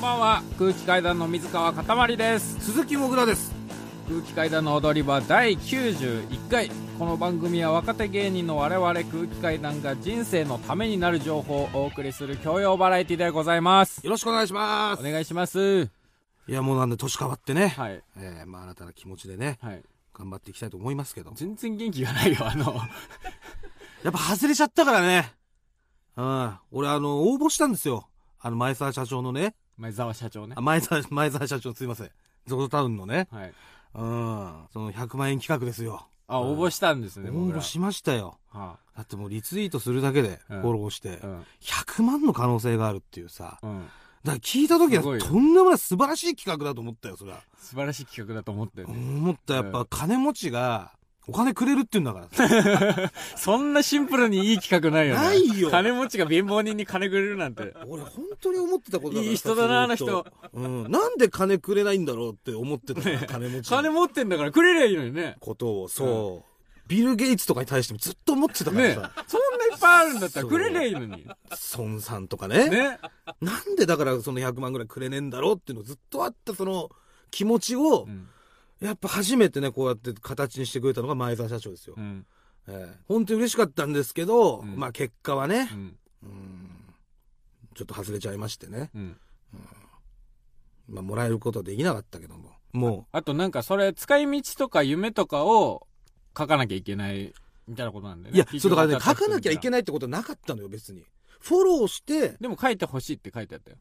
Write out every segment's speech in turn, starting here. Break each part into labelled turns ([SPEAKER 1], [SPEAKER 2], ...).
[SPEAKER 1] ばんは空気階段の水川かたまりです
[SPEAKER 2] 鈴木もぐらです
[SPEAKER 1] 空気階段の踊り場第91回この番組は若手芸人の我々空気階段が人生のためになる情報をお送りする教養バラエティでございます
[SPEAKER 2] よろしくお願いしま
[SPEAKER 1] お
[SPEAKER 2] す
[SPEAKER 1] 願いします
[SPEAKER 2] いやもうなんで年変わってね、
[SPEAKER 1] はい
[SPEAKER 2] えーまあ新たな気持ちでね
[SPEAKER 1] はい
[SPEAKER 2] 頑張っていきたいと思いますけど
[SPEAKER 1] 全然元気がないよあの
[SPEAKER 2] やっぱ外れちゃったからねうん俺あの応募したんですよあの前澤社長のね
[SPEAKER 1] 前澤社長ね
[SPEAKER 2] あ前澤前澤社長すいませんゾゾタウンのね
[SPEAKER 1] はい
[SPEAKER 2] うんその100万円企画ですよ
[SPEAKER 1] あ応募したんですね
[SPEAKER 2] 応
[SPEAKER 1] 僕ら
[SPEAKER 2] 募しましたよ
[SPEAKER 1] は
[SPEAKER 2] だってもうリツイートするだけで
[SPEAKER 1] う
[SPEAKER 2] フ
[SPEAKER 1] ん
[SPEAKER 2] ォローして
[SPEAKER 1] あうん
[SPEAKER 2] 100万の可能性があるっていうさ
[SPEAKER 1] うん
[SPEAKER 2] だから聞いた時は
[SPEAKER 1] すごいよ
[SPEAKER 2] とんでもない素晴らしい企画だと思ったよそれは
[SPEAKER 1] 素晴らしい企画だと思って、
[SPEAKER 2] 思ったやっぱ金持ちがお金くれるって言うんだからさ
[SPEAKER 1] そんなシンプルにいい企画ないよね
[SPEAKER 2] ないよ
[SPEAKER 1] 金持ちが貧乏人に金くれるなんて
[SPEAKER 2] 俺本当に思ってたことだからさ
[SPEAKER 1] いい人だな
[SPEAKER 2] ずっと
[SPEAKER 1] あ
[SPEAKER 2] うん、なんで金くれないんだろうって思って たから金持ち
[SPEAKER 1] 金
[SPEAKER 2] の
[SPEAKER 1] 持ってんだからくれりゃいいのにね
[SPEAKER 2] ことをそう、ビル・ゲイツとかに対してもずっと思ってたか
[SPEAKER 1] ね
[SPEAKER 2] ら
[SPEAKER 1] そん
[SPEAKER 2] さ、
[SPEAKER 1] ないっぱいあるんだったらくれりゃいいのに
[SPEAKER 2] 孫さんとかね
[SPEAKER 1] ね
[SPEAKER 2] なんでだからその100万ぐらいくれねえんだろうっていうのずっとあったその気持ち
[SPEAKER 1] う
[SPEAKER 2] を、
[SPEAKER 1] ん
[SPEAKER 2] やっぱ初めてねこうやって形にしてくれたのが前澤社長ですよ、
[SPEAKER 1] うん
[SPEAKER 2] ええ本当に嬉しかったんですけど、
[SPEAKER 1] うん
[SPEAKER 2] まあ結果はね
[SPEAKER 1] う、ん
[SPEAKER 2] うんちょっと外れちゃいましてね、
[SPEAKER 1] うん
[SPEAKER 2] まあ、もらえることはできなかったけどもも
[SPEAKER 1] あとなんかそれ使い道とか夢とかを書かなきゃいけないみたいなことなんで
[SPEAKER 2] う
[SPEAKER 1] ね
[SPEAKER 2] いやそうだからね書
[SPEAKER 1] 企業
[SPEAKER 2] か
[SPEAKER 1] 家
[SPEAKER 2] なきゃいけ
[SPEAKER 1] だった人みた
[SPEAKER 2] ないってことはなかったのよ別にフォローして
[SPEAKER 1] でも書いてほしいって書いてあったよ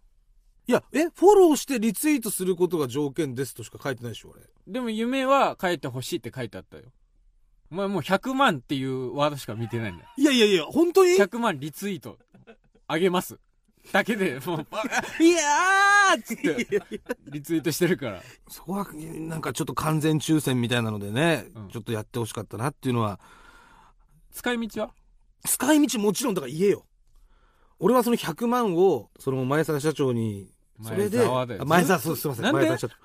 [SPEAKER 2] いやえフォローしてリツイートすることが条件ですとしか書いてないでしょ俺
[SPEAKER 1] でも夢は書いてほしいって書いてあったよお前もう100万っていうワードしか見てないんだよ
[SPEAKER 2] いやいやいや本当に
[SPEAKER 1] 100万リツイートあげますだけでもうバカいやーっつってリツイートしてるから
[SPEAKER 2] そこはなんかちょっと完全抽選みたいなのでね、
[SPEAKER 1] うん
[SPEAKER 2] ちょっとやってほしかったなっていうのは
[SPEAKER 1] 使い道は
[SPEAKER 2] 使い道もちろんだから言えよ俺はその100万をその前澤社長にそれで
[SPEAKER 1] 前澤だよ
[SPEAKER 2] あ前澤そうすいません
[SPEAKER 1] なんで
[SPEAKER 2] 前澤社長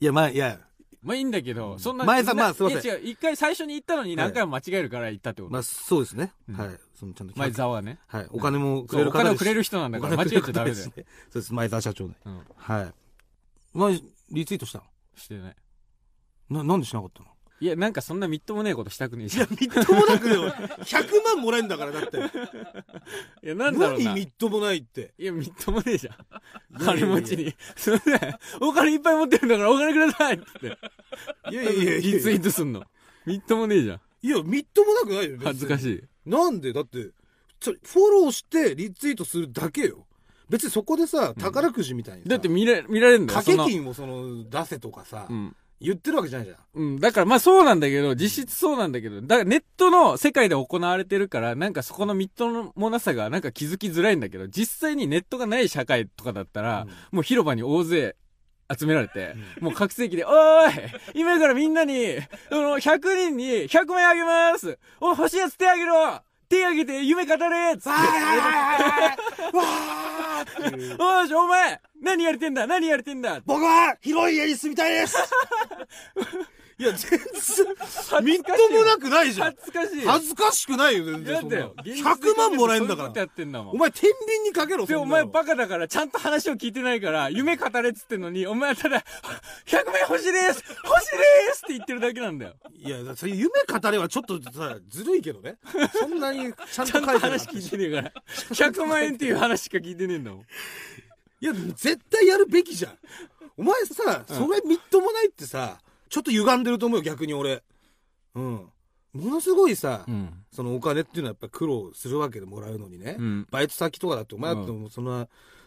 [SPEAKER 2] いや前いや
[SPEAKER 1] まあいいんだけど、そんな。
[SPEAKER 2] 前さんまあすいません
[SPEAKER 1] や違う、一回最初に言ったのに何回も間違えるから言ったってこと。
[SPEAKER 2] まあそうですね、
[SPEAKER 1] うん
[SPEAKER 2] はいそのちゃんと
[SPEAKER 1] 前澤はね。
[SPEAKER 2] はい、お金もく
[SPEAKER 1] そ
[SPEAKER 2] れ
[SPEAKER 1] う
[SPEAKER 2] る
[SPEAKER 1] お金
[SPEAKER 2] 方
[SPEAKER 1] を
[SPEAKER 2] です
[SPEAKER 1] くれる人なんだから
[SPEAKER 2] お
[SPEAKER 1] 間違
[SPEAKER 2] 金
[SPEAKER 1] え
[SPEAKER 2] く
[SPEAKER 1] ち
[SPEAKER 2] れ
[SPEAKER 1] ゃダメ
[SPEAKER 2] る
[SPEAKER 1] だ
[SPEAKER 2] 方
[SPEAKER 1] よ
[SPEAKER 2] で。すねそうです前澤社長ね
[SPEAKER 1] うん。
[SPEAKER 2] はいまあリツイートした
[SPEAKER 1] してない。
[SPEAKER 2] のななんでしなかったの
[SPEAKER 1] いや、なんかそんなみっともねえことしたくねえ
[SPEAKER 2] い
[SPEAKER 1] し。
[SPEAKER 2] や
[SPEAKER 1] い
[SPEAKER 2] みっともなくでも100万もらえんだからだって
[SPEAKER 1] や、なんだろう
[SPEAKER 2] 何
[SPEAKER 1] な。
[SPEAKER 2] み
[SPEAKER 1] い
[SPEAKER 2] っともないって
[SPEAKER 1] や、みっともねえじゃん。
[SPEAKER 2] いやいやい
[SPEAKER 1] 金
[SPEAKER 2] や
[SPEAKER 1] 持ちに。すいません。お金いっぱい持ってるんだからお金くださいっつって。
[SPEAKER 2] いやいやいやい
[SPEAKER 1] リツイ
[SPEAKER 2] や
[SPEAKER 1] ートすんの。みっともねえじゃん。
[SPEAKER 2] いやみっともなくないよ
[SPEAKER 1] 恥ずか
[SPEAKER 2] い
[SPEAKER 1] しい。
[SPEAKER 2] なんでだってちょフォローしてリツイートするだけよ別にそこでさ宝くじみたいにさ
[SPEAKER 1] だって見られ、見られるんだよ。
[SPEAKER 2] 掛け
[SPEAKER 1] その
[SPEAKER 2] 金をその出せとかさ、
[SPEAKER 1] うん。
[SPEAKER 2] 言ってるわけじゃないじゃん
[SPEAKER 1] うん、だからまあそうなんだけど、実質そうなんだけど、だからネットの世界で行われてるから、なんかそこのみっともなさがなんか気づきづらいんだけど、実際にネットがない社会とかだったら、もう広場に大勢集められて、もう拡声器で、おーい今からみんなに、あの、100人に100万あげますお、欲しいやつ手あげろ手あげて夢語れつって
[SPEAKER 2] はいはいはいはいはいわーっていう
[SPEAKER 1] おいし、お前何やれてんだ何やれてんだ
[SPEAKER 2] 僕は広い家に住みたいです いや、全然、みっともなくないじゃん
[SPEAKER 1] 恥。ずかしい。
[SPEAKER 2] 恥ずかしくないよ、全然
[SPEAKER 1] な
[SPEAKER 2] そ
[SPEAKER 1] ん
[SPEAKER 2] んな
[SPEAKER 1] だ
[SPEAKER 2] の。
[SPEAKER 1] よ。現実
[SPEAKER 2] 100
[SPEAKER 1] 的
[SPEAKER 2] 万
[SPEAKER 1] に
[SPEAKER 2] もらえんだか
[SPEAKER 1] そういうこと
[SPEAKER 2] ら。
[SPEAKER 1] やってんだもん
[SPEAKER 2] お。前、天秤にかけろ、そん
[SPEAKER 1] で、
[SPEAKER 2] なの
[SPEAKER 1] お前バカだから、ちゃんと話を聞いてないから、夢語れっつってんのに、お前はただ、100万欲しいです 欲しいですって言ってるだけなんだよ。
[SPEAKER 2] いや、それ夢語れはちょっとさ、ずるいけどね。そんなにちゃんと
[SPEAKER 1] ちゃ
[SPEAKER 2] 書
[SPEAKER 1] ん
[SPEAKER 2] い
[SPEAKER 1] と
[SPEAKER 2] て ない。
[SPEAKER 1] 話聞いてねえから。100万円っていう話しか聞いてねえんだもん。
[SPEAKER 2] いや、絶対やるべきじゃん。お前さ、それみっともないってさ、ちょっと歪んでると思うよ、逆に俺。うん。ものすごいさ、
[SPEAKER 1] ん。
[SPEAKER 2] そのお金っていうのはやっぱ苦労するわけでもらうのにね。
[SPEAKER 1] うん。
[SPEAKER 2] バイト先とかだって、お前だってもうそんな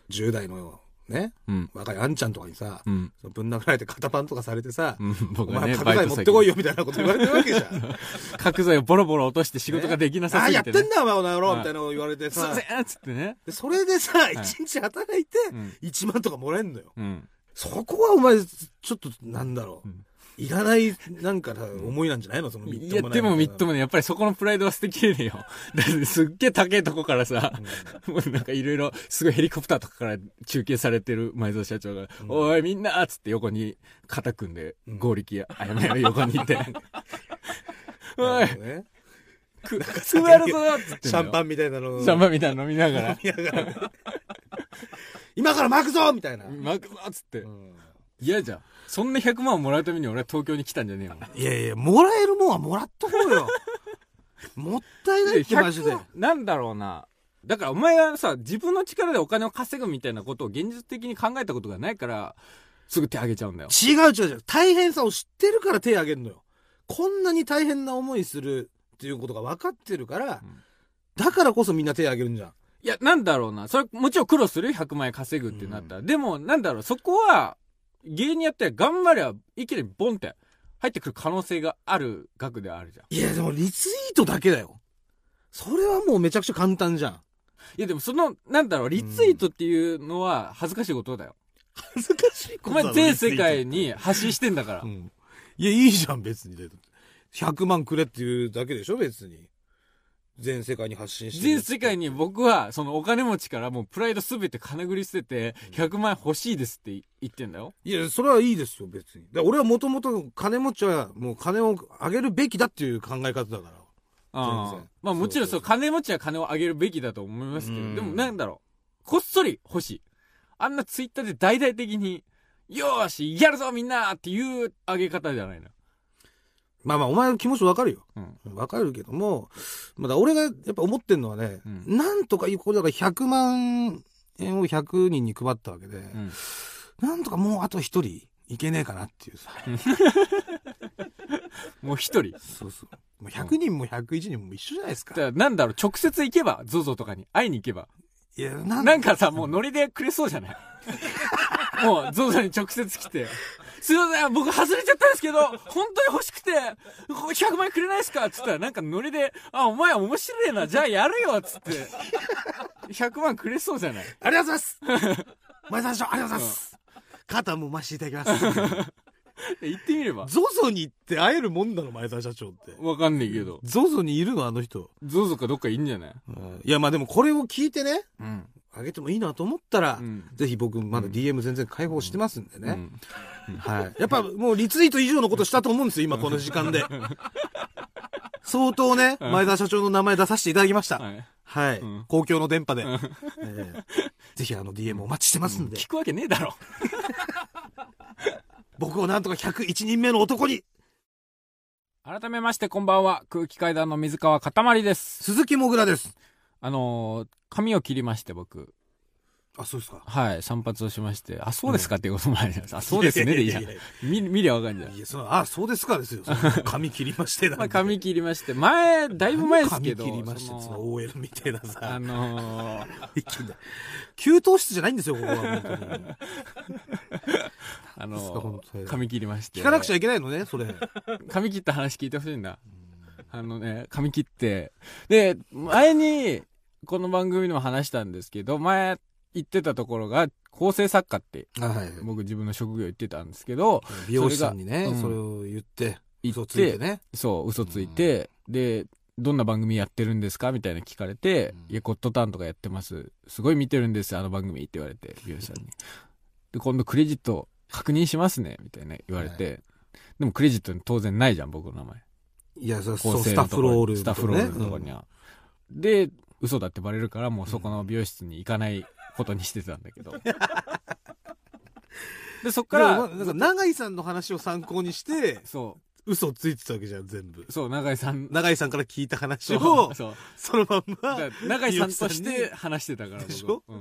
[SPEAKER 2] 10代のね、
[SPEAKER 1] うん。
[SPEAKER 2] 若いあんちゃんとかにさ、
[SPEAKER 1] うん。
[SPEAKER 2] そのぶん殴られて肩パンとかされてさ、お
[SPEAKER 1] 僕は
[SPEAKER 2] 前
[SPEAKER 1] ね、
[SPEAKER 2] 角材持ってこいよみたいなこと言われてるわけじゃん。
[SPEAKER 1] 角材をボロボロ落として仕事ができなさ
[SPEAKER 2] ああ、
[SPEAKER 1] すぎ、
[SPEAKER 2] やってて
[SPEAKER 1] ね。
[SPEAKER 2] んだお前この野郎
[SPEAKER 1] うん
[SPEAKER 2] みたいなの言われて
[SPEAKER 1] すいま
[SPEAKER 2] さ、
[SPEAKER 1] せんっつってね。
[SPEAKER 2] でそれでさ、一日働いて
[SPEAKER 1] うん。
[SPEAKER 2] 1万とかもらえんのよ。
[SPEAKER 1] うん。
[SPEAKER 2] そこはお前、ちょっとなんだろう
[SPEAKER 1] うん。
[SPEAKER 2] いらない、なんかさ思いなんじゃないのそのみっ
[SPEAKER 1] い
[SPEAKER 2] と
[SPEAKER 1] や、
[SPEAKER 2] もない。
[SPEAKER 1] でもみっともね、やっぱりそこのプライドは捨てきれねえよ。 だってすっげえ高えとこからさ、もうなんかいろいろ、すごいヘリコプターとかから中継されてる前澤社長が、
[SPEAKER 2] うん
[SPEAKER 1] おいみんなっつって横に肩組んで、
[SPEAKER 2] うん
[SPEAKER 1] 合力あやめの横にい て、おい、
[SPEAKER 2] なるほどね
[SPEAKER 1] く、食わるぞっつってんだよ。
[SPEAKER 2] シャンパンみたいなのを
[SPEAKER 1] シャンパンみたいなの飲みながら。
[SPEAKER 2] いやだから今から巻くぞみたいな、
[SPEAKER 1] マクマっつって
[SPEAKER 2] うん
[SPEAKER 1] 嫌じゃんそんな100万をもらうために俺は東京に来たんじゃねえよ
[SPEAKER 2] いやいやもらえるもんはもらっとこうよ もったいないってマジで
[SPEAKER 1] 100なんだろうなだからお前はさ自分の力でお金を稼ぐみたいなことを現実的に考えたことがないからすぐ手あげちゃうんだよ
[SPEAKER 2] 違う違う違う大変さを知ってるから手挙げるのよこんなに大変な思いするっていうことが分かってるから、
[SPEAKER 1] うん
[SPEAKER 2] だからこそみんな手挙げるんじゃん
[SPEAKER 1] いやなんだろうなそれもちろん苦労するよ100万円稼ぐってなったら、でもなんだろうそこは芸人やって頑張りゃ一気にボンって入ってくる可能性がある額ではあるじゃん
[SPEAKER 2] いやでもリツイートだけだよそれはもうめちゃくちゃ簡単じゃん
[SPEAKER 1] いやでもそのなんだろうリツイートっていうのは恥ずかしいことだよ、
[SPEAKER 2] 恥ずかしい
[SPEAKER 1] お前全世界に発信してんだから、
[SPEAKER 2] うん、いやいいじゃん別に100万くれっていうだけでしょ別に全世界に発信してる
[SPEAKER 1] 全世界に僕はそのお金持ちからもうプライド全て金繰り捨てて100万円欲しいですって言ってんだよ
[SPEAKER 2] いやそれはいいですよ別にだから俺はもともと金持ちはもう金をあげるべきだっていう考え方だから
[SPEAKER 1] うん
[SPEAKER 2] 全然
[SPEAKER 1] まあもちろんそ
[SPEAKER 2] そうそうそう
[SPEAKER 1] う金持ちは金をあげるべきだと思いますけ
[SPEAKER 2] う
[SPEAKER 1] ど
[SPEAKER 2] ん
[SPEAKER 1] でもなんだろうこっそり欲しいあんなツイッターで大々的によーしやるぞみんなっていうあげ方じゃないの
[SPEAKER 2] まあまあお前の気持ちわかるよ
[SPEAKER 1] うん
[SPEAKER 2] わかるけども、まあだから俺がやっぱ思ってんのはね、
[SPEAKER 1] うん
[SPEAKER 2] なんとかいうこれだから100万円を100人に配ったわけで、
[SPEAKER 1] うん
[SPEAKER 2] なんとかもうあと一人いけねえかなっていうさ
[SPEAKER 1] もう一人
[SPEAKER 2] そうそう。もう100人も101人も一緒じゃないですか
[SPEAKER 1] だか。らなんだろう直接行けば ZOZO とかに会いに行けば
[SPEAKER 2] いや、な
[SPEAKER 1] なんかさ、もうノリでくれそうじゃない もう、ゾウさんに直接来て、すいません、僕外れちゃったんですけど、本当に欲しくて、これ100万円くれないですかっつったら、なんかノリで、あ、お前面白いな、じゃあやるよっつって、100万くれそうじゃない
[SPEAKER 2] ありがとうございます前田さんありがとうございます肩もましていただきます。
[SPEAKER 1] 言ってみれば。
[SPEAKER 2] ゾゾに行って会えるもんなの、前澤社長って。
[SPEAKER 1] わかんないけど、
[SPEAKER 2] ゾゾにいるの、あの人。
[SPEAKER 1] ゾウゾかどっかいいんじゃない
[SPEAKER 2] いや、まあでもこれを聞いてね、
[SPEAKER 1] うん。
[SPEAKER 2] あげてもいいなと思ったら、
[SPEAKER 1] うん
[SPEAKER 2] ぜひ僕、まだ DM 全然開放してますんで
[SPEAKER 1] う
[SPEAKER 2] ね。
[SPEAKER 1] ん。
[SPEAKER 2] はい。やっぱもうリツイート以上のことしたと思うんですよ、今この時間で。相当ね、
[SPEAKER 1] ん
[SPEAKER 2] 前澤社長の名前出させていただきました。
[SPEAKER 1] はい。
[SPEAKER 2] はい、
[SPEAKER 1] うん
[SPEAKER 2] 公共の電波で、ええぜひあの DM お待ちしてますんで、
[SPEAKER 1] 聞くわけねえだろ。
[SPEAKER 2] 僕をなんとか101人目の男に
[SPEAKER 1] 改めまして、こんばんは。空気階段の水川かたまりです。
[SPEAKER 2] 鈴木もぐらです
[SPEAKER 1] あのー髪を切りまして、僕。
[SPEAKER 2] あそうですか
[SPEAKER 1] はい、散髪をしまして、あ、そうですかっていうこともあります。あ、そうですね、でいいじゃん
[SPEAKER 2] いやいや。
[SPEAKER 1] 見、見りゃわかんじゃん
[SPEAKER 2] い。やそのあそうですかです よその髪切りましてなんて
[SPEAKER 1] まあ、髪切りまして、前、だいぶ前ですけど、
[SPEAKER 2] 髪切りまして
[SPEAKER 1] その
[SPEAKER 2] その OL みたいな
[SPEAKER 1] あ
[SPEAKER 2] さ
[SPEAKER 1] のー
[SPEAKER 2] いきなり給湯室じゃないんですよこ こは本当に
[SPEAKER 1] あ
[SPEAKER 2] そうですか本
[SPEAKER 1] の
[SPEAKER 2] 当に
[SPEAKER 1] ー髪切りまして。
[SPEAKER 2] 聞かなくちゃいけないのねそれ
[SPEAKER 1] 髪切った話聞いてほしいんだ。あのね、髪切って。で、前に、この番組でも話したんですけど、前言ってたところが、構成作家って、
[SPEAKER 2] はい
[SPEAKER 1] 僕自分の職業言ってたんですけど、
[SPEAKER 2] 美容師さんにねそれ,、
[SPEAKER 1] うん
[SPEAKER 2] を言って
[SPEAKER 1] 言
[SPEAKER 2] 嘘
[SPEAKER 1] っ
[SPEAKER 2] つい
[SPEAKER 1] て
[SPEAKER 2] て、ね
[SPEAKER 1] そう、嘘ついて、で、どんな番組やってるんですかみたいな聞かれて、
[SPEAKER 2] うん
[SPEAKER 1] いや、ゴッドタンとかやってます。すごい見てるんです、あの番組って言われて、美容師さんに。で、今度クレジット確認しますね、みたいな言われて、でもクレジットに当然ないじゃん、僕の名前。
[SPEAKER 2] いやそ
[SPEAKER 1] 構
[SPEAKER 2] そう
[SPEAKER 1] 成
[SPEAKER 2] ス
[SPEAKER 1] の
[SPEAKER 2] タ
[SPEAKER 1] とこ
[SPEAKER 2] ッフロール
[SPEAKER 1] スタッフロールのとこ
[SPEAKER 2] ね
[SPEAKER 1] には。で、嘘だってバレるから、もうそこの美容室に行かないことにしてたんだけど。で、そっか
[SPEAKER 2] から、
[SPEAKER 1] ら、
[SPEAKER 2] なんか永井さんの話を参考にして、
[SPEAKER 1] そ
[SPEAKER 2] 嘘をついてたわけじゃん、全部
[SPEAKER 1] う、。そう、永井さん、
[SPEAKER 2] 永井さんから聞いた話
[SPEAKER 1] そ
[SPEAKER 2] を
[SPEAKER 1] う、、そう
[SPEAKER 2] そのまんま。
[SPEAKER 1] だ
[SPEAKER 2] だ
[SPEAKER 1] か
[SPEAKER 2] から
[SPEAKER 1] 永井さんとし
[SPEAKER 2] 美容師
[SPEAKER 1] て
[SPEAKER 2] さ
[SPEAKER 1] 話してたから僕
[SPEAKER 2] でしょ
[SPEAKER 1] う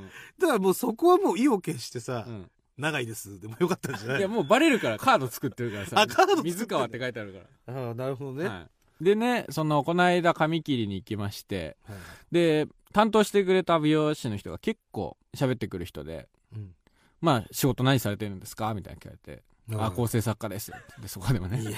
[SPEAKER 1] ん
[SPEAKER 2] らもうそこはもう意を決してさ、
[SPEAKER 1] うん
[SPEAKER 2] 永井です。でもよかったんじゃないい
[SPEAKER 1] やもうバレるからカード作ってるからさ
[SPEAKER 2] あカード作ってんだ
[SPEAKER 1] 水川って書いてあるか
[SPEAKER 2] ああ、なるほど
[SPEAKER 1] ら、
[SPEAKER 2] ね。
[SPEAKER 1] はい、でねそのこの間髪切りに行きまして
[SPEAKER 2] はい
[SPEAKER 1] で担当してくれた美容師の人が結構喋ってくる人で
[SPEAKER 2] うん
[SPEAKER 1] 「まあ仕事何されてるんですか?」みたいな聞かれて「あ構成作家です」でそこでも
[SPEAKER 2] い
[SPEAKER 1] ね
[SPEAKER 2] や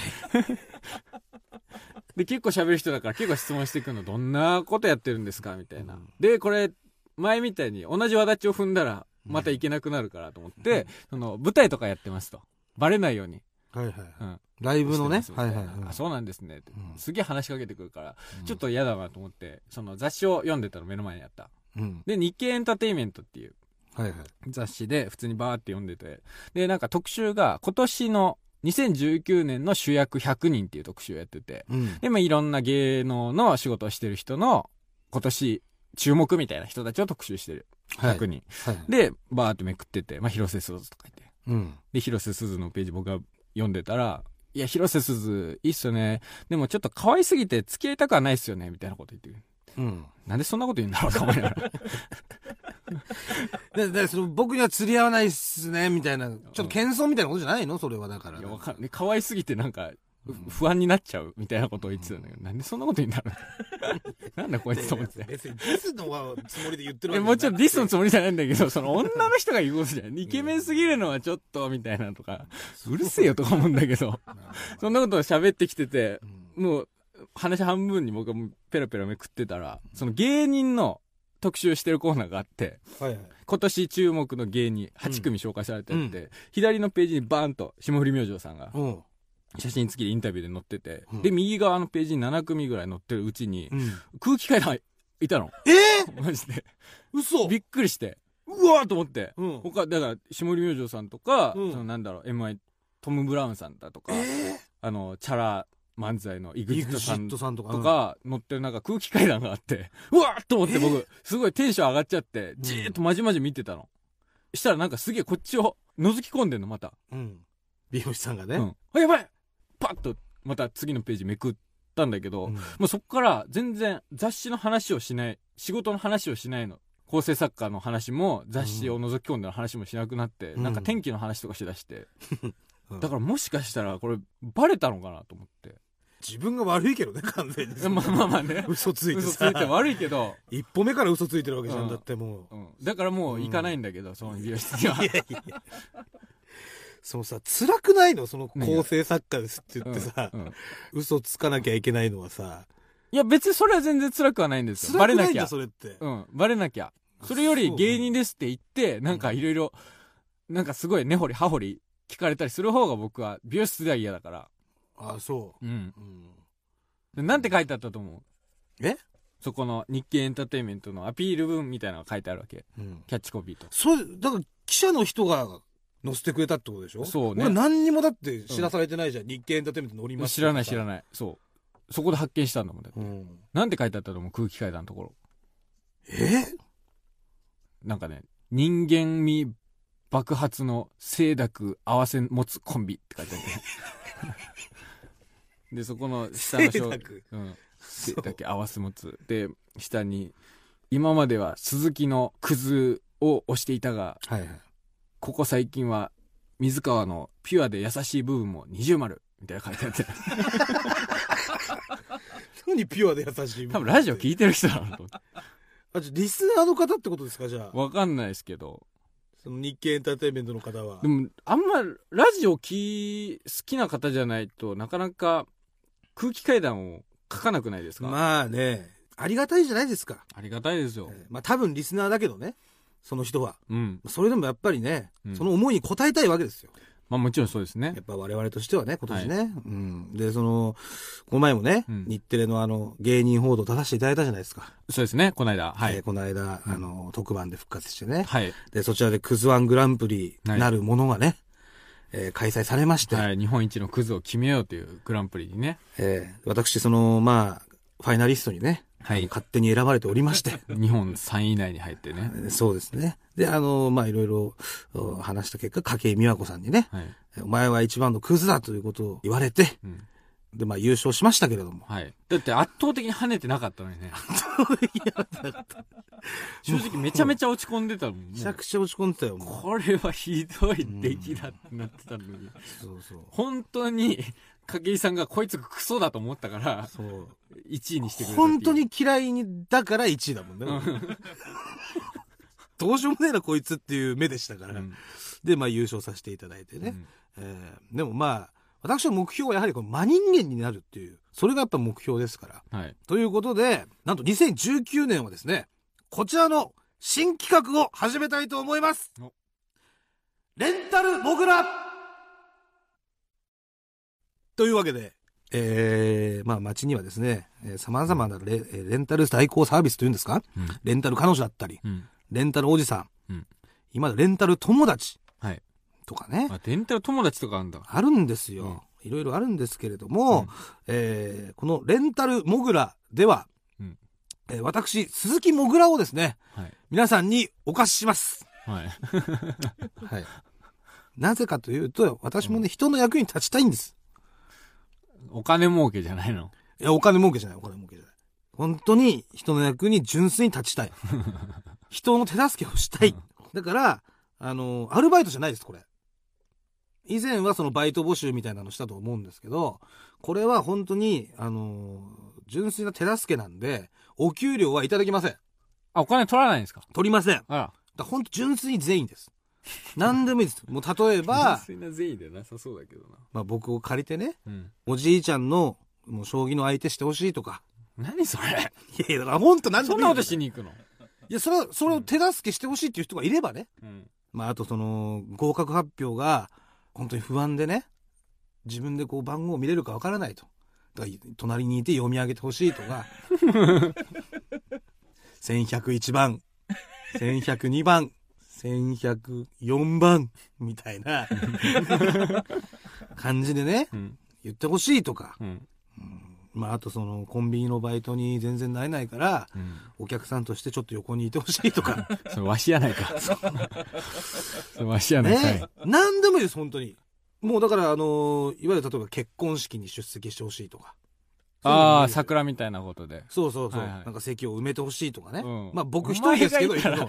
[SPEAKER 1] で結構喋る人だから結構質問してくるのどんなことやってるんですかみたいな、
[SPEAKER 2] うん
[SPEAKER 1] でこれ前みたいに同じ輪立ちを踏んだらまたいけなくなるからと思って、その舞台とかやってますとバレないように
[SPEAKER 2] はいはい
[SPEAKER 1] うん。
[SPEAKER 2] ライブのね
[SPEAKER 1] し。てま
[SPEAKER 2] は
[SPEAKER 1] すみた
[SPEAKER 2] いはいい
[SPEAKER 1] な
[SPEAKER 2] はい。
[SPEAKER 1] あそうなんですねって、
[SPEAKER 2] うん
[SPEAKER 1] すげえ話しかけてくるから、
[SPEAKER 2] うん
[SPEAKER 1] ちょっと嫌だなと思ってその雑誌を読んでたの目の前にあった
[SPEAKER 2] うん。
[SPEAKER 1] で日経エンタテイメントっていう
[SPEAKER 2] はいはい。
[SPEAKER 1] 雑誌で普通にバーって読んでてでなんか特集が今年の2019年の主役100人っていう特集をやってて
[SPEAKER 2] うん。
[SPEAKER 1] でまあいろんな芸能の仕事をしてる人の今年注目みたいな人たちを特集してる
[SPEAKER 2] はい
[SPEAKER 1] 100人。
[SPEAKER 2] はい。
[SPEAKER 1] で、バーってめくってて、まあ、広瀬すずとかいて。
[SPEAKER 2] うん。
[SPEAKER 1] で、広瀬すずのページ僕が読んでたら、いや、広瀬すず、いいっすよね。でもちょっと可愛すぎて付き合いたくはないっすよね、みたいなこと言ってくる。
[SPEAKER 2] うん。
[SPEAKER 1] なんでそんなこと言うんだろうと思いなが ら。
[SPEAKER 2] で、で、その、僕には釣り合わないっすね、みたいな。ちょっと謙遜みたいなことじゃないのそれはだから。
[SPEAKER 1] いや、わかんね、可愛すぎてなんか、ふ不安になっちゃうみたいなことを言ってたんだけど、なんでそんなこと言うんだろう なんだこいつと思って
[SPEAKER 2] 別にディスのつもりで言って
[SPEAKER 1] え、もちろんディスのつもりじゃないんだけど、その女の人が言うことじゃない。イケメンすぎるのはちょっと、みたいなとか、うるせえよ とか思うんだけど、 そんなことを喋ってきてて、もう、話半分に僕はもうペラペラめくってたら、その芸人の特集してるコーナーがあって、
[SPEAKER 2] はいはい。
[SPEAKER 1] 今年注目の芸人8組紹介されてあって、左のページにバーンと霜降り明星さんが
[SPEAKER 2] うん。
[SPEAKER 1] 写真付きでインタビューで載ってて、
[SPEAKER 2] うん
[SPEAKER 1] で、右側のページに7組ぐらい載ってるうちに、
[SPEAKER 2] うん。
[SPEAKER 1] 空気階段いたの。
[SPEAKER 2] えー、
[SPEAKER 1] マジで。
[SPEAKER 2] 嘘
[SPEAKER 1] びっくりして、うわーと思って。
[SPEAKER 2] うん
[SPEAKER 1] 他、だから、霜降り明星さんとか、
[SPEAKER 2] うん
[SPEAKER 1] そのなんだろう、MI、トム・ブラウンさんだとか、
[SPEAKER 2] え
[SPEAKER 1] あの、チャラ漫才のイグジットさんと
[SPEAKER 2] さんとか
[SPEAKER 1] か、乗ってるなんか空気階段があって、 うわーと思って僕、すごいテンション上がっちゃって、じーっとまじまじ見てたの。したらなんかすげえこっちを覗き込んでんの、また。
[SPEAKER 2] うん。美容師さんがね。
[SPEAKER 1] うん。あ、やばいパッと、また次のページめくったんだけど、
[SPEAKER 2] うん
[SPEAKER 1] もうそっから全然雑誌の話をしない、仕事の話をしないの。構成作家の話も雑誌を覗き込んでの話もしなくなって、
[SPEAKER 2] うん
[SPEAKER 1] なんか天気の話とかしだして、
[SPEAKER 2] うん
[SPEAKER 1] だからもしかしたらこれバレたのかなと思って。
[SPEAKER 2] 自分が悪いけどね、完全に。
[SPEAKER 1] まあまあまあね。
[SPEAKER 2] 嘘ついて
[SPEAKER 1] 嘘つ
[SPEAKER 2] さ
[SPEAKER 1] いて悪いけど、
[SPEAKER 2] 一歩目から嘘ついてるわけじゃ。
[SPEAKER 1] うんん
[SPEAKER 2] だっても
[SPEAKER 1] うん、だからもう行かないんだけど、その美容室には
[SPEAKER 2] う。い。やいや。 そのさ、辛くないのその構成作家ですって言ってさ
[SPEAKER 1] う、んうん
[SPEAKER 2] 嘘つかなきゃいけないのはさ、
[SPEAKER 1] いや別にそれは全然辛くはないんですよ。バレ
[SPEAKER 2] 辛く
[SPEAKER 1] な
[SPEAKER 2] ないん
[SPEAKER 1] きゃ
[SPEAKER 2] だ、。それって。
[SPEAKER 1] うん、バレなきゃ。それより芸人ですって言って、なんかいろいろ、なんかすごい根掘り葉掘り聞かれたりする方が僕は美容室では嫌だから。
[SPEAKER 2] あ、そ
[SPEAKER 1] うん。
[SPEAKER 2] う。うん
[SPEAKER 1] でなんて書いてあったと思う
[SPEAKER 2] え
[SPEAKER 1] そこの日経エンターテインメントのアピール文みたいなのが書いてあるわけ。
[SPEAKER 2] うん。
[SPEAKER 1] キャッチコピーと。
[SPEAKER 2] そう、だから記者の人が載せてくれたってことでしょ
[SPEAKER 1] そうね
[SPEAKER 2] 俺何にもだって知らされてないじゃん。日経エンターテインメント乗ります
[SPEAKER 1] 知らない知ら
[SPEAKER 2] い。
[SPEAKER 1] ない。そう。そこで発見したんだもんね。
[SPEAKER 2] うん。
[SPEAKER 1] なんて書いてあったと思う空気階段のところ。
[SPEAKER 2] え
[SPEAKER 1] なんかね、人間味爆発の清濁合わせ持つコンビって書いてあるね。で、そこの下の
[SPEAKER 2] 清
[SPEAKER 1] 章
[SPEAKER 2] 濁
[SPEAKER 1] うん。清濁合わせ持つ。で、下に、今までは鈴木のクズを押していたが、
[SPEAKER 2] はいはい。
[SPEAKER 1] ここ最近は水川のピュアで優しい部分も二重丸みたいな書いてあって
[SPEAKER 2] 何ピュアで優しい
[SPEAKER 1] 多分ラジオ聞いてる人なのと思って
[SPEAKER 2] あ、じゃあリスナーの方ってことですかじゃあ。
[SPEAKER 1] わかんないですけど
[SPEAKER 2] その日経エンターテインメントの方は
[SPEAKER 1] で。もあんまラジオ聞き好きな方じゃないとなかなか空気階段を書かなくないですか、
[SPEAKER 2] まあね、ありがたいじゃないですか。
[SPEAKER 1] ありがたいですよ
[SPEAKER 2] えーまあ多分リスナーだけどね、その人は。
[SPEAKER 1] うん
[SPEAKER 2] それでもやっぱりね、
[SPEAKER 1] うん
[SPEAKER 2] その思いに応えたいわけですよ。
[SPEAKER 1] まあもちろんそうですね
[SPEAKER 2] やっぱ我々としてはね、今年ね。うん。で、その、この前もね、
[SPEAKER 1] うん
[SPEAKER 2] 日テレのあの、芸人報道出させていただいたじゃないですか。
[SPEAKER 1] そうですねこの間は
[SPEAKER 2] えー
[SPEAKER 1] い
[SPEAKER 2] この間、あの、特番で復活してね。
[SPEAKER 1] はい、
[SPEAKER 2] で、そちらでクズワングランプリなるものがね、えー開催されまして、
[SPEAKER 1] はい、日本一のクズを決めようというグランプリにね
[SPEAKER 2] えー私、その、まあ、ファイナリストにね、
[SPEAKER 1] はい
[SPEAKER 2] 勝手に選ばれておりまして、
[SPEAKER 1] 日本3位以内に入ってね
[SPEAKER 2] え、ーそうですね。で、あの、まあ、いろいろお話した結果、筧美和子さんにね、
[SPEAKER 1] はい
[SPEAKER 2] お前は一番のクズだということを言われて、
[SPEAKER 1] うん
[SPEAKER 2] で、まあ、優勝しましたけれども。
[SPEAKER 1] はい。だって圧倒的に跳ねてなかったのにね。正直めちゃめちゃ落ち込んでたもん。もう
[SPEAKER 2] めちゃくちゃ落ち込んでたよ、も
[SPEAKER 1] これはひどい出来だってなってたのに。
[SPEAKER 2] う。そうそう。
[SPEAKER 1] 本当に、筧さんがこいつクソだと思ったから、
[SPEAKER 2] そう。
[SPEAKER 1] 1位にしてくれたっていう
[SPEAKER 2] 本当。に嫌いに、だから1位だも んね。どうしようもねえな、こいつっていう目でしたから。
[SPEAKER 1] うん
[SPEAKER 2] で、まあ、優勝させていただいてね。
[SPEAKER 1] うん
[SPEAKER 2] えーでもまあ、私の目標はやはりこの真人間になるっていう、それがやっぱ目標ですから。
[SPEAKER 1] はい。
[SPEAKER 2] ということで、なんと2019年はですね、こちらの新企画を始めたいと思います
[SPEAKER 1] お
[SPEAKER 2] レンタルモグラというわけで、えー、まあ街にはですね、えー様々なレえーレンタル代行サービスというんですか
[SPEAKER 1] うん
[SPEAKER 2] レンタル彼女だったり、
[SPEAKER 1] うん。
[SPEAKER 2] レンタルおじさん、
[SPEAKER 1] うん
[SPEAKER 2] 今までレンタル友達
[SPEAKER 1] はい。
[SPEAKER 2] とかね、
[SPEAKER 1] あ、デンタル友達とかあんだ。
[SPEAKER 2] あるんですよ。いろいろあるんですけれど
[SPEAKER 1] う
[SPEAKER 2] も、
[SPEAKER 1] ん
[SPEAKER 2] えーこのレンタルモグラでは、
[SPEAKER 1] うん
[SPEAKER 2] えー私、鈴木もぐらをですね、
[SPEAKER 1] はい。
[SPEAKER 2] 皆さんにお貸しします。
[SPEAKER 1] はい。
[SPEAKER 2] はい。なぜかというと、私もね、人の役に立ちたいんです。
[SPEAKER 1] お金儲けじゃないの。
[SPEAKER 2] いや、お金儲けじゃない、お金儲けじゃない。本当に人の役に純粋に立ち たい。人の手助けをしたい。だから、あの、アルバイトじゃないです、これ。以前はそのバイト募集みたいなのしたと思うんですけど、これは本当に、あの、純粋な手助けなんで、お給料はいただきません。
[SPEAKER 1] あ、お金取らないんですか
[SPEAKER 2] 取りません。だか
[SPEAKER 1] あら。
[SPEAKER 2] ら本当純粋に全員です。何でもいいです。もう例え ば、
[SPEAKER 1] 純粋な善意でなさそうだけどな。
[SPEAKER 2] まあ僕を借りてね、
[SPEAKER 1] うん。
[SPEAKER 2] おじいちゃんの、もう将棋の相手してほしいとか。
[SPEAKER 1] 何それ
[SPEAKER 2] いやいや、だから本当何で
[SPEAKER 1] そ
[SPEAKER 2] も
[SPEAKER 1] ん
[SPEAKER 2] いい
[SPEAKER 1] なこ
[SPEAKER 2] で
[SPEAKER 1] と
[SPEAKER 2] す
[SPEAKER 1] しに行くの
[SPEAKER 2] いや、それは、それを手助けしてほしいっていう人がいればね。
[SPEAKER 1] うん。
[SPEAKER 2] まあ、あとその、合格発表が、本当に不安でね、自分でこう番号を見れるかわからないと。だから、隣にいて読み上げてほしいと か、1101番、1102番、1104番、みたい な感じでね、
[SPEAKER 1] うん。
[SPEAKER 2] 言ってほしいとか。
[SPEAKER 1] うん。
[SPEAKER 2] まあ、あとその、コンビニのバイトに全然なれないから、
[SPEAKER 1] うん。
[SPEAKER 2] お客さんとしてちょっと横にいてほしいとか。
[SPEAKER 1] それわしやない か。それわしやないかい
[SPEAKER 2] ね。何でもいいです、本当に。もうだから、あのーいわゆる例えば結婚式に出席してほしいとか。
[SPEAKER 1] ああ、
[SPEAKER 2] そういうのもい
[SPEAKER 1] 桜み
[SPEAKER 2] いです。
[SPEAKER 1] たいなことで。
[SPEAKER 2] そうそうそう。
[SPEAKER 1] はいはい
[SPEAKER 2] なんか席を埋めてほしいとかね。
[SPEAKER 1] うん
[SPEAKER 2] まあ僕一人ですけど、
[SPEAKER 1] お前がいたら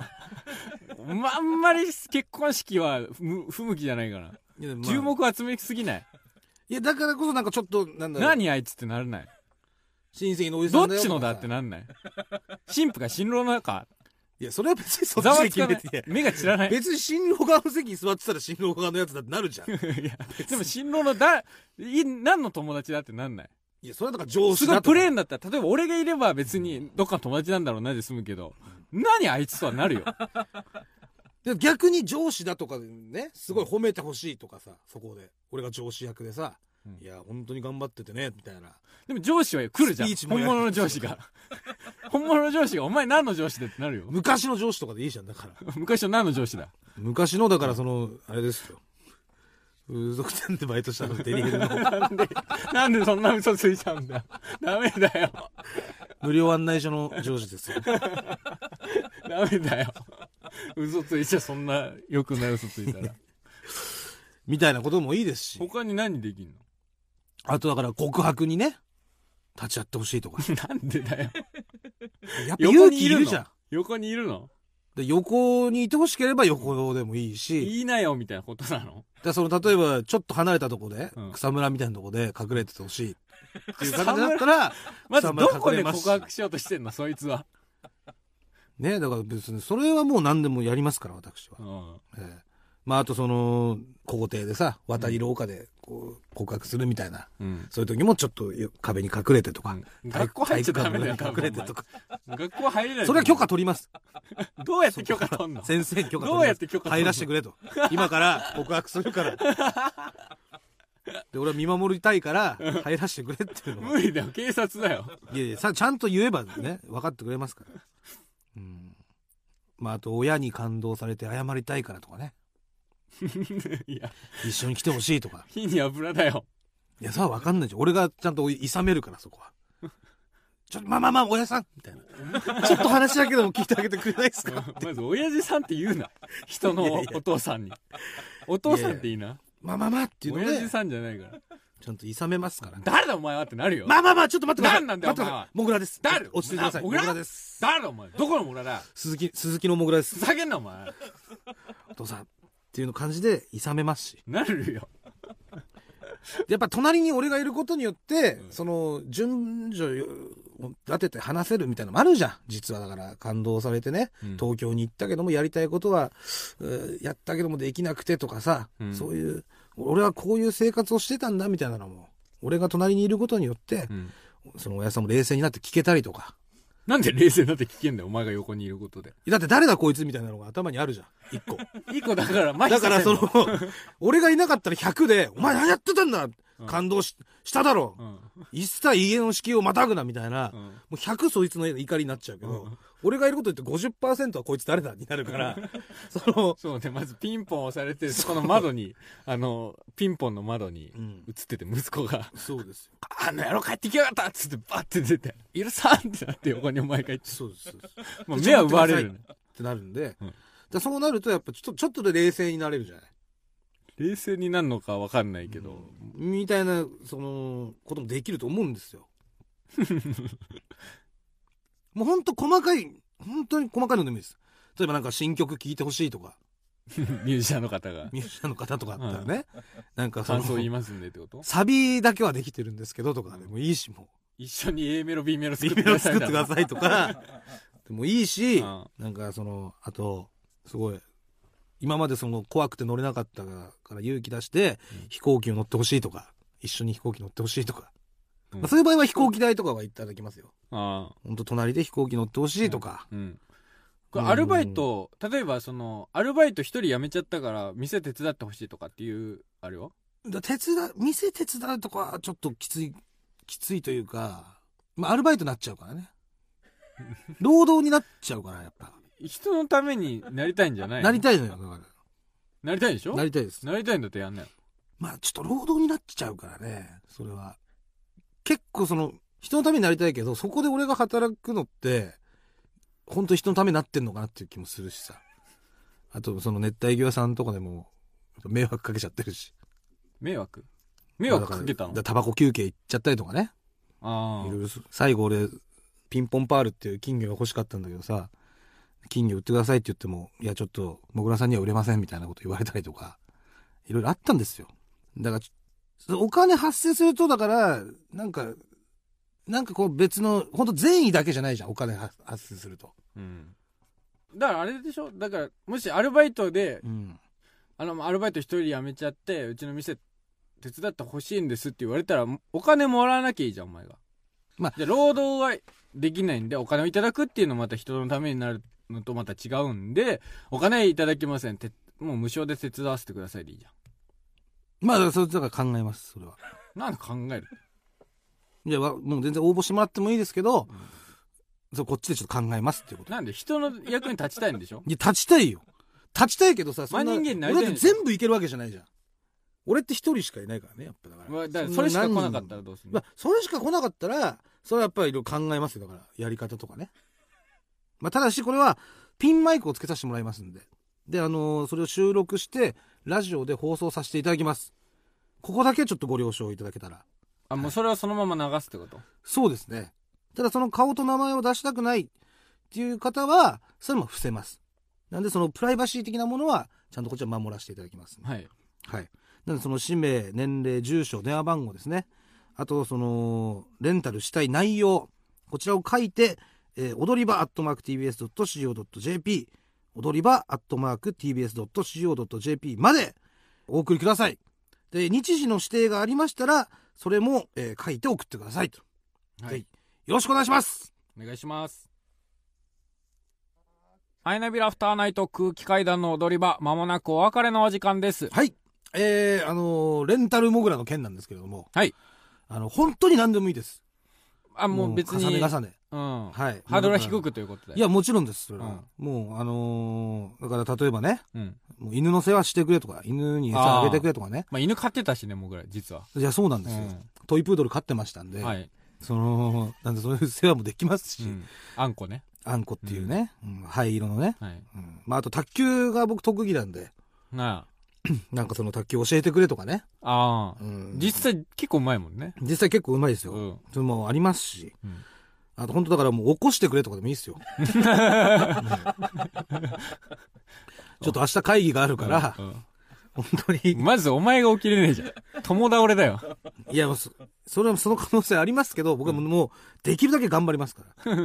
[SPEAKER 2] 行くのは
[SPEAKER 1] まあんまり結婚式はむ不向きじゃないから。
[SPEAKER 2] いや、まあ
[SPEAKER 1] 注目集めすぎない。
[SPEAKER 2] いや、だからこそなんかちょっと、なんだろう。
[SPEAKER 1] 何あいつってならない。
[SPEAKER 2] 親戚のおじ
[SPEAKER 1] ど
[SPEAKER 2] さ
[SPEAKER 1] っ
[SPEAKER 2] んだよ
[SPEAKER 1] ち
[SPEAKER 2] とか
[SPEAKER 1] の
[SPEAKER 2] さ
[SPEAKER 1] だってなんない。神父か新郎なのか。
[SPEAKER 2] いや、それは別にそっ
[SPEAKER 1] ざ
[SPEAKER 2] ち
[SPEAKER 1] わ
[SPEAKER 2] で
[SPEAKER 1] つか
[SPEAKER 2] 決
[SPEAKER 1] な
[SPEAKER 2] め
[SPEAKER 1] い
[SPEAKER 2] ていや。
[SPEAKER 1] 目が散らない。い
[SPEAKER 2] 別に新郎側の席に座ってたら新郎側のやつだってなるじゃ ん。い
[SPEAKER 1] やでも新郎のだ、い、何の友達だってなんない。
[SPEAKER 2] や、それはだから上
[SPEAKER 1] す
[SPEAKER 2] 司
[SPEAKER 1] ごい
[SPEAKER 2] だと
[SPEAKER 1] プ
[SPEAKER 2] か
[SPEAKER 1] レーンだったら、例えば俺がいれば別にどっかの友達なんだろうなで済むけど、何あいつとはな るよ。
[SPEAKER 2] で逆に上司だとかでね、すごい褒めてほしいとかさ、そこで。俺が上司役でさ、
[SPEAKER 1] うん
[SPEAKER 2] いや、本当に頑張っててね、みたいな。
[SPEAKER 1] でも上司は来るじゃん。
[SPEAKER 2] スピーチも
[SPEAKER 1] 本
[SPEAKER 2] やる
[SPEAKER 1] 物の上司 が。本物の上司が、お前何の上司だってなるよ。
[SPEAKER 2] 昔の上司とかでいいじゃん、だから。
[SPEAKER 1] 昔の何の上 司だ。
[SPEAKER 2] 昔の、だからその、あれですよ。風俗店でバイトしたの、デリヘルの
[SPEAKER 1] なんで、なんでそんな嘘ついちゃうんだ。ダメだよ。
[SPEAKER 2] 無料案内所の上司ですよ。
[SPEAKER 1] ダメだよ。嘘ついちゃそんな良くない嘘ついた ら。
[SPEAKER 2] みたいなこともいいですし。
[SPEAKER 1] 他に何できんの
[SPEAKER 2] あとだから告白にね、立ち会ってほしいとか。
[SPEAKER 1] なんでだよ。
[SPEAKER 2] やっぱ
[SPEAKER 1] 横
[SPEAKER 2] 勇
[SPEAKER 1] に
[SPEAKER 2] 気
[SPEAKER 1] い
[SPEAKER 2] い
[SPEAKER 1] る
[SPEAKER 2] る
[SPEAKER 1] の
[SPEAKER 2] じゃん。
[SPEAKER 1] 横にいるの
[SPEAKER 2] で横にいてほしければ横でもいいし、
[SPEAKER 1] 言いなよみたいなことなの
[SPEAKER 2] でその例えばちょっと離れたとこで、
[SPEAKER 1] うん
[SPEAKER 2] 草むらみたいなとこで隠れててほしいっていう形だったら、
[SPEAKER 1] まずどこ
[SPEAKER 2] 隠
[SPEAKER 1] で
[SPEAKER 2] れます
[SPEAKER 1] 告白しようとしてんのそいつは。
[SPEAKER 2] ね、だから別にそれはもう何でもやりますから、私は
[SPEAKER 1] う。ん。
[SPEAKER 2] ええまあ、あとその、校庭でさ、渡り廊下で、こう、告白するみたいな。
[SPEAKER 1] うん。
[SPEAKER 2] そういう時もちょっと壁に隠れてとか。
[SPEAKER 1] 学校入っちゃダメだよ。
[SPEAKER 2] 体育館の上に隠れてとか。
[SPEAKER 1] 学校入れない。
[SPEAKER 2] それは許可取ります。
[SPEAKER 1] どうやって許可取んの
[SPEAKER 2] 先生に許可取ります。
[SPEAKER 1] どうやって許可取るの
[SPEAKER 2] 入らせてくれと。今から告白するから。で、俺は見守りたいから、入らせてくれっていうのは
[SPEAKER 1] 無理だよ。警察だよ。
[SPEAKER 2] いやいや、さ、ちゃんと言えばね、分かってくれますから。うん。まあ、あと、親に感動されて謝りたいからとかね。
[SPEAKER 1] いや、
[SPEAKER 2] 一緒に来てほしいとか。
[SPEAKER 1] 火に油だよ。
[SPEAKER 2] いや、それは分かんないじゃん。俺がちゃんといさめるから、そこは。 ちょっと、まあまあまあ、親さんみたいな。ちょっと話だけでも聞いてあげてくれないですか
[SPEAKER 1] まず、親父さんって言うな。人
[SPEAKER 2] いや
[SPEAKER 1] の
[SPEAKER 2] いや
[SPEAKER 1] お父さんに。お父さんっていいな。
[SPEAKER 2] まあまあまあっていうの
[SPEAKER 1] 親
[SPEAKER 2] で
[SPEAKER 1] 父、さんじゃないから。
[SPEAKER 2] ちゃんといさめますから。
[SPEAKER 1] 誰だお前はってなるよ。
[SPEAKER 2] まあまあまあ、ちょっと待ってください。
[SPEAKER 1] 何なんだよ
[SPEAKER 2] 待ってく
[SPEAKER 1] お前
[SPEAKER 2] ださ。
[SPEAKER 1] はい
[SPEAKER 2] モグラです。
[SPEAKER 1] 誰
[SPEAKER 2] 落ち着いてくださ
[SPEAKER 1] な
[SPEAKER 2] い。モ
[SPEAKER 1] モ
[SPEAKER 2] グ
[SPEAKER 1] グラ
[SPEAKER 2] ラです。
[SPEAKER 1] 誰だお前どこの村だ
[SPEAKER 2] 鈴木、鈴木のモグラで
[SPEAKER 1] ふ
[SPEAKER 2] す。
[SPEAKER 1] ざけんなお前。
[SPEAKER 2] お父さん。っていうの感じで、いさめますし。
[SPEAKER 1] なる よ。
[SPEAKER 2] やっぱ隣に俺がいることによって、その、順序を立てて話せるみたいなのもあるじゃん。実はだから、感動されてね、
[SPEAKER 1] うん
[SPEAKER 2] 東京に行ったけども、やりたいことは、うーやったけどもできなくてとかさ、
[SPEAKER 1] うん
[SPEAKER 2] そういう、俺はこういう生活をしてたんだみたいなのも、俺が隣にいることによって、その親さんも冷静になって聞けたりとか。
[SPEAKER 1] なんで冷静になって聞けんだよ、お前が横にいることで。
[SPEAKER 2] だって誰だこいつみたいなのが頭にあるじゃん。一 個。
[SPEAKER 1] いい子だから、麻痺
[SPEAKER 2] だ
[SPEAKER 1] さ
[SPEAKER 2] か
[SPEAKER 1] せん
[SPEAKER 2] らその、俺がいなかったら100で、お前何やってたんだ
[SPEAKER 1] うん
[SPEAKER 2] 感動ししただろ
[SPEAKER 1] うん
[SPEAKER 2] 一切家の敷居をまたぐなみたいな、
[SPEAKER 1] う
[SPEAKER 2] も
[SPEAKER 1] ん
[SPEAKER 2] う100そいつの怒りになっちゃうけど、
[SPEAKER 1] うん
[SPEAKER 2] 俺がいること言って50%はこいつ誰だになるから、 その、
[SPEAKER 1] そうね、まずピンポン押されて、そこの窓に、あの、ピンポンの窓に
[SPEAKER 2] うん
[SPEAKER 1] 映ってて、息子が、
[SPEAKER 2] そうですよ。
[SPEAKER 1] あの野郎帰ってきやがったっつって、バッて出て、許さんってなって、横にお前がいて、
[SPEAKER 2] そうです。そうです
[SPEAKER 1] もう目は奪われる、ね。
[SPEAKER 2] ってなるんで、
[SPEAKER 1] うん
[SPEAKER 2] だからそうなるとやっぱちょっとちょっとで冷静になれるじゃない。
[SPEAKER 1] 冷静になるのかわかんないけど、
[SPEAKER 2] みたいな、その、こともできると思う んですよ。もうほんと細かい、本当に細かいのでもいいです。例えばなんか新曲聴いてほしいとか、
[SPEAKER 1] ミュージシャンの方 が、
[SPEAKER 2] ミュージシャンの方とかだったらね、なんかそ
[SPEAKER 1] 感想言い
[SPEAKER 2] の、
[SPEAKER 1] ますんでってこと
[SPEAKER 2] サビだけはできてるんですけどとかでもいいし、も
[SPEAKER 1] 一緒に A メロ、B メロ
[SPEAKER 2] う、
[SPEAKER 1] 作
[SPEAKER 2] リ
[SPEAKER 1] って
[SPEAKER 2] ベ
[SPEAKER 1] く
[SPEAKER 2] ロ
[SPEAKER 1] ださ
[SPEAKER 2] 作
[SPEAKER 1] いだ
[SPEAKER 2] って
[SPEAKER 1] ろ。
[SPEAKER 2] くださいと か、でもいいし、
[SPEAKER 1] うん
[SPEAKER 2] なんかその、あと、すごい、今までその怖くて乗れなかったから勇気出して
[SPEAKER 1] うん
[SPEAKER 2] 飛行機を乗ってほしいとか、一緒に飛行機乗ってほしいとか、
[SPEAKER 1] うん
[SPEAKER 2] まあ、そういう場合は飛行機代とかはいただきますよ。
[SPEAKER 1] ああ。
[SPEAKER 2] ほんと隣で飛行機乗ってほしいとか。
[SPEAKER 1] うん。これアルバイト、例えばその、アルバイト一人辞めちゃったから、店手伝ってほしいとかっていう、あれは
[SPEAKER 2] だ手伝う、店手伝うとかはちょっときつい、きついというか、まあアルバイトになっちゃう からね。労働になっちゃうから、やっぱ。
[SPEAKER 1] 人のためになりたいんじゃないの
[SPEAKER 2] なりたいのよ、だか
[SPEAKER 1] なりたいでしょ
[SPEAKER 2] ら。なりたいです。
[SPEAKER 1] なりたいんだったらやんなよ。
[SPEAKER 2] まあちょっと労働になっちゃうからね、それは。結構その、人のためになりたいけど、そこで俺が働くのって、本当に人のためになってんのかなっていう気もするしさ。あと、その熱帯魚屋さんとかでも、やっぱ迷惑かけちゃってるし。
[SPEAKER 1] 迷惑迷惑かけたの
[SPEAKER 2] だらタバコ休憩行っちゃったりとかね。
[SPEAKER 1] あ
[SPEAKER 2] い
[SPEAKER 1] あ
[SPEAKER 2] ろいろす最後俺、ピンポンパールっていう金魚が欲しかったんだけどさ、金魚売ってくださいって言っても、いやちょっと、もぐらさんには売れませんみたいなこと言われたりとか、いろいろあったんですよ。だからちょ、お金発生すると、だから、なんか、なんかこう別の、本当善意だけじゃないじゃん、お金発発生すると。
[SPEAKER 1] うん。だからあれでしょだから、もしアルバイトで、
[SPEAKER 2] うん。
[SPEAKER 1] あの、アルバイト一人辞めちゃって、うちの店手伝ってほしいんですって言われたら、お金もらわなきゃいいじゃん、お前が。
[SPEAKER 2] まあ
[SPEAKER 1] じゃあ労働ができないんで、お金をいただくっていうのもまた人のためになるのとまた違うんで、お金いただきません。てもう無償で手伝わせてくださいでいいじゃ
[SPEAKER 2] まあ、だからそれだから考えます、それは。
[SPEAKER 1] ん。なんで考える
[SPEAKER 2] いや、わもう全然応募してもらってもいいですけど、そうこっちでちょっと考えますっていうこと。
[SPEAKER 1] なんで人の役に立ちたいんで しょ
[SPEAKER 2] いや、立ちたいよ。立ちたいけどさ、
[SPEAKER 1] 真人間になりたい
[SPEAKER 2] 俺だって全部いけるわけじゃないじゃん。俺って一人しかいないからね、やっぱだから。
[SPEAKER 1] わだからそれしか来なかったらどうする
[SPEAKER 2] まあ、それしか来なかったら、それはやっぱりいろいろ考えますよ、だから。やり方とかね。まあ、ただしこれは、ピンマイクをつけさせてもらいますんで。で、あのーそれを収録して、ラジオで放送させていただきます。ここだけちょっとご了承いただけたら。
[SPEAKER 1] あもうそれはそのまま流すってこと
[SPEAKER 2] そうですね。ただその顔と名前を出したくないっていう方は、それも伏せます。なんでそのプライバシー的なものは、ちゃんとこっちは守らせていただきます、
[SPEAKER 1] はい
[SPEAKER 2] はい。なんでその氏名、年齢、住所、電話番号ですね。あと、その、レンタルしたい内容。こちらを書いて、えー踊り場アットマーク TBS.CO.JP、踊り場アットマーク TBS.CO.JP までお送りください。で、日時の指定がありましたら、それも、えー書いて送ってくださいと。
[SPEAKER 1] は
[SPEAKER 2] はいいよろしくお願いします
[SPEAKER 1] お願いしますアイナビラフターナイト空気階段の踊り場まもなくお別れのお時間です
[SPEAKER 2] はい。えー、あのーレンタルモグラの件なんですけれども。
[SPEAKER 1] はい。
[SPEAKER 2] あの、本当に何でもいいです。
[SPEAKER 1] あもう別に
[SPEAKER 2] 重ね重ね。
[SPEAKER 1] うん
[SPEAKER 2] はい。
[SPEAKER 1] ハードルは低くということで
[SPEAKER 2] いや、もちろんです。それはもう、あのーだから例えばね、
[SPEAKER 1] うん
[SPEAKER 2] もう犬の世話してくれとか、犬に餌あげてくれとかね。
[SPEAKER 1] まあ、犬飼ってたしねもぐらい実は、
[SPEAKER 2] いや、そうなん
[SPEAKER 1] う
[SPEAKER 2] ですよ。
[SPEAKER 1] ん
[SPEAKER 2] トイプードル飼ってましたんで、
[SPEAKER 1] はい、
[SPEAKER 2] その、なんでそういう世話もできますし、
[SPEAKER 1] うん、あんこね、
[SPEAKER 2] あんこっていうね、うん灰色のね。
[SPEAKER 1] はい、
[SPEAKER 2] うんまあ、あと卓球が僕特技なんで、
[SPEAKER 1] な
[SPEAKER 2] なんかその卓球教えてくれとかね。
[SPEAKER 1] あああ、
[SPEAKER 2] うん
[SPEAKER 1] 実際結構うまいもんね
[SPEAKER 2] 実際結構うまいですよ。
[SPEAKER 1] うん
[SPEAKER 2] それもありますし。
[SPEAKER 1] うん
[SPEAKER 2] あと本当だからもう起こしてくれとかでもいいですよ。うんちょっと明日会議があるから、
[SPEAKER 1] うん
[SPEAKER 2] 本当に
[SPEAKER 1] まずお前が起きれねえじゃん共倒れだよ
[SPEAKER 2] いや、もうそそれはその可能性ありますけど、僕はもう,、もうできるだけ頑張りますから。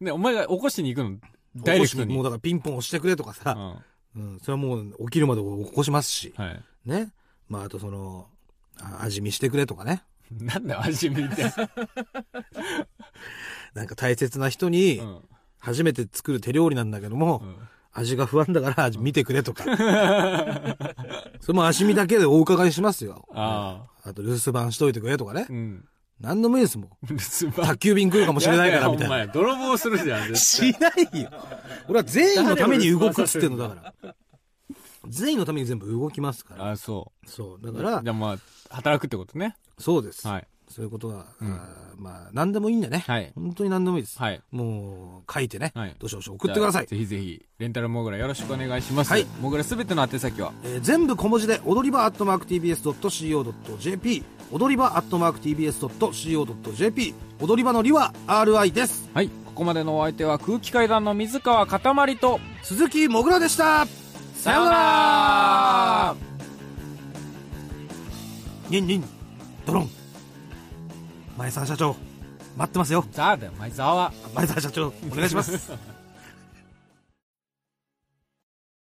[SPEAKER 1] ね、お前が起こしに行くの、ダイレクト
[SPEAKER 2] 起こし
[SPEAKER 1] に。
[SPEAKER 2] もうだからピンポン押してくれとかさ、うん、それはもう起きるまで起こしますし、
[SPEAKER 1] うん。はい。
[SPEAKER 2] ね。まあ、あとその、あ味見してくれとかね。
[SPEAKER 1] なんだよ、味見って。
[SPEAKER 2] なんか大切な人に
[SPEAKER 1] う、ん。
[SPEAKER 2] 初めて作る手料理なんだけども、
[SPEAKER 1] うん
[SPEAKER 2] 味が不安だから味見てくれとか。それも足見だけでお伺いしますよ。
[SPEAKER 1] あ
[SPEAKER 2] あと留守番しといてくれとかね
[SPEAKER 1] あ。う。 ん。
[SPEAKER 2] 何でもいいですもん。
[SPEAKER 1] 留守番。
[SPEAKER 2] 宅急便来るかもしれないからみたいな。
[SPEAKER 1] やだよお前、泥棒するじゃん、絶対
[SPEAKER 2] しないよ。俺は全員のために動くっつってんのだから。全員のために全部動きますから。
[SPEAKER 1] ああ、そ
[SPEAKER 2] そう。だ
[SPEAKER 1] う。
[SPEAKER 2] から
[SPEAKER 1] じ、ゃあまあ、働くってことね。
[SPEAKER 2] そうです。
[SPEAKER 1] はい。
[SPEAKER 2] そういうことは、
[SPEAKER 1] うん
[SPEAKER 2] あーまあ、何でもいいんでね。
[SPEAKER 1] はい。
[SPEAKER 2] 本当に何でもいいです。
[SPEAKER 1] はい。
[SPEAKER 2] もう、書いてね
[SPEAKER 1] はい。
[SPEAKER 2] どしどし送ってください
[SPEAKER 1] じゃあ。ぜひぜひ、レンタルモグラよろしくお願いします。
[SPEAKER 2] はい
[SPEAKER 1] モグラすべての宛先は
[SPEAKER 2] えー全部小文字で踊り場アットマーク TBS.CO.JP 踊り場アットマーク TBS.CO.JP 踊り場のりは RI です
[SPEAKER 1] はい。ここまでのお相手は空気階段の水川かたまりと、
[SPEAKER 2] 鈴木もぐらでした
[SPEAKER 1] さようなら
[SPEAKER 2] ニンニンドロン前澤社長待ってますよ
[SPEAKER 1] ザーだよ、お前、ザワ。。
[SPEAKER 2] 前澤社長お願いします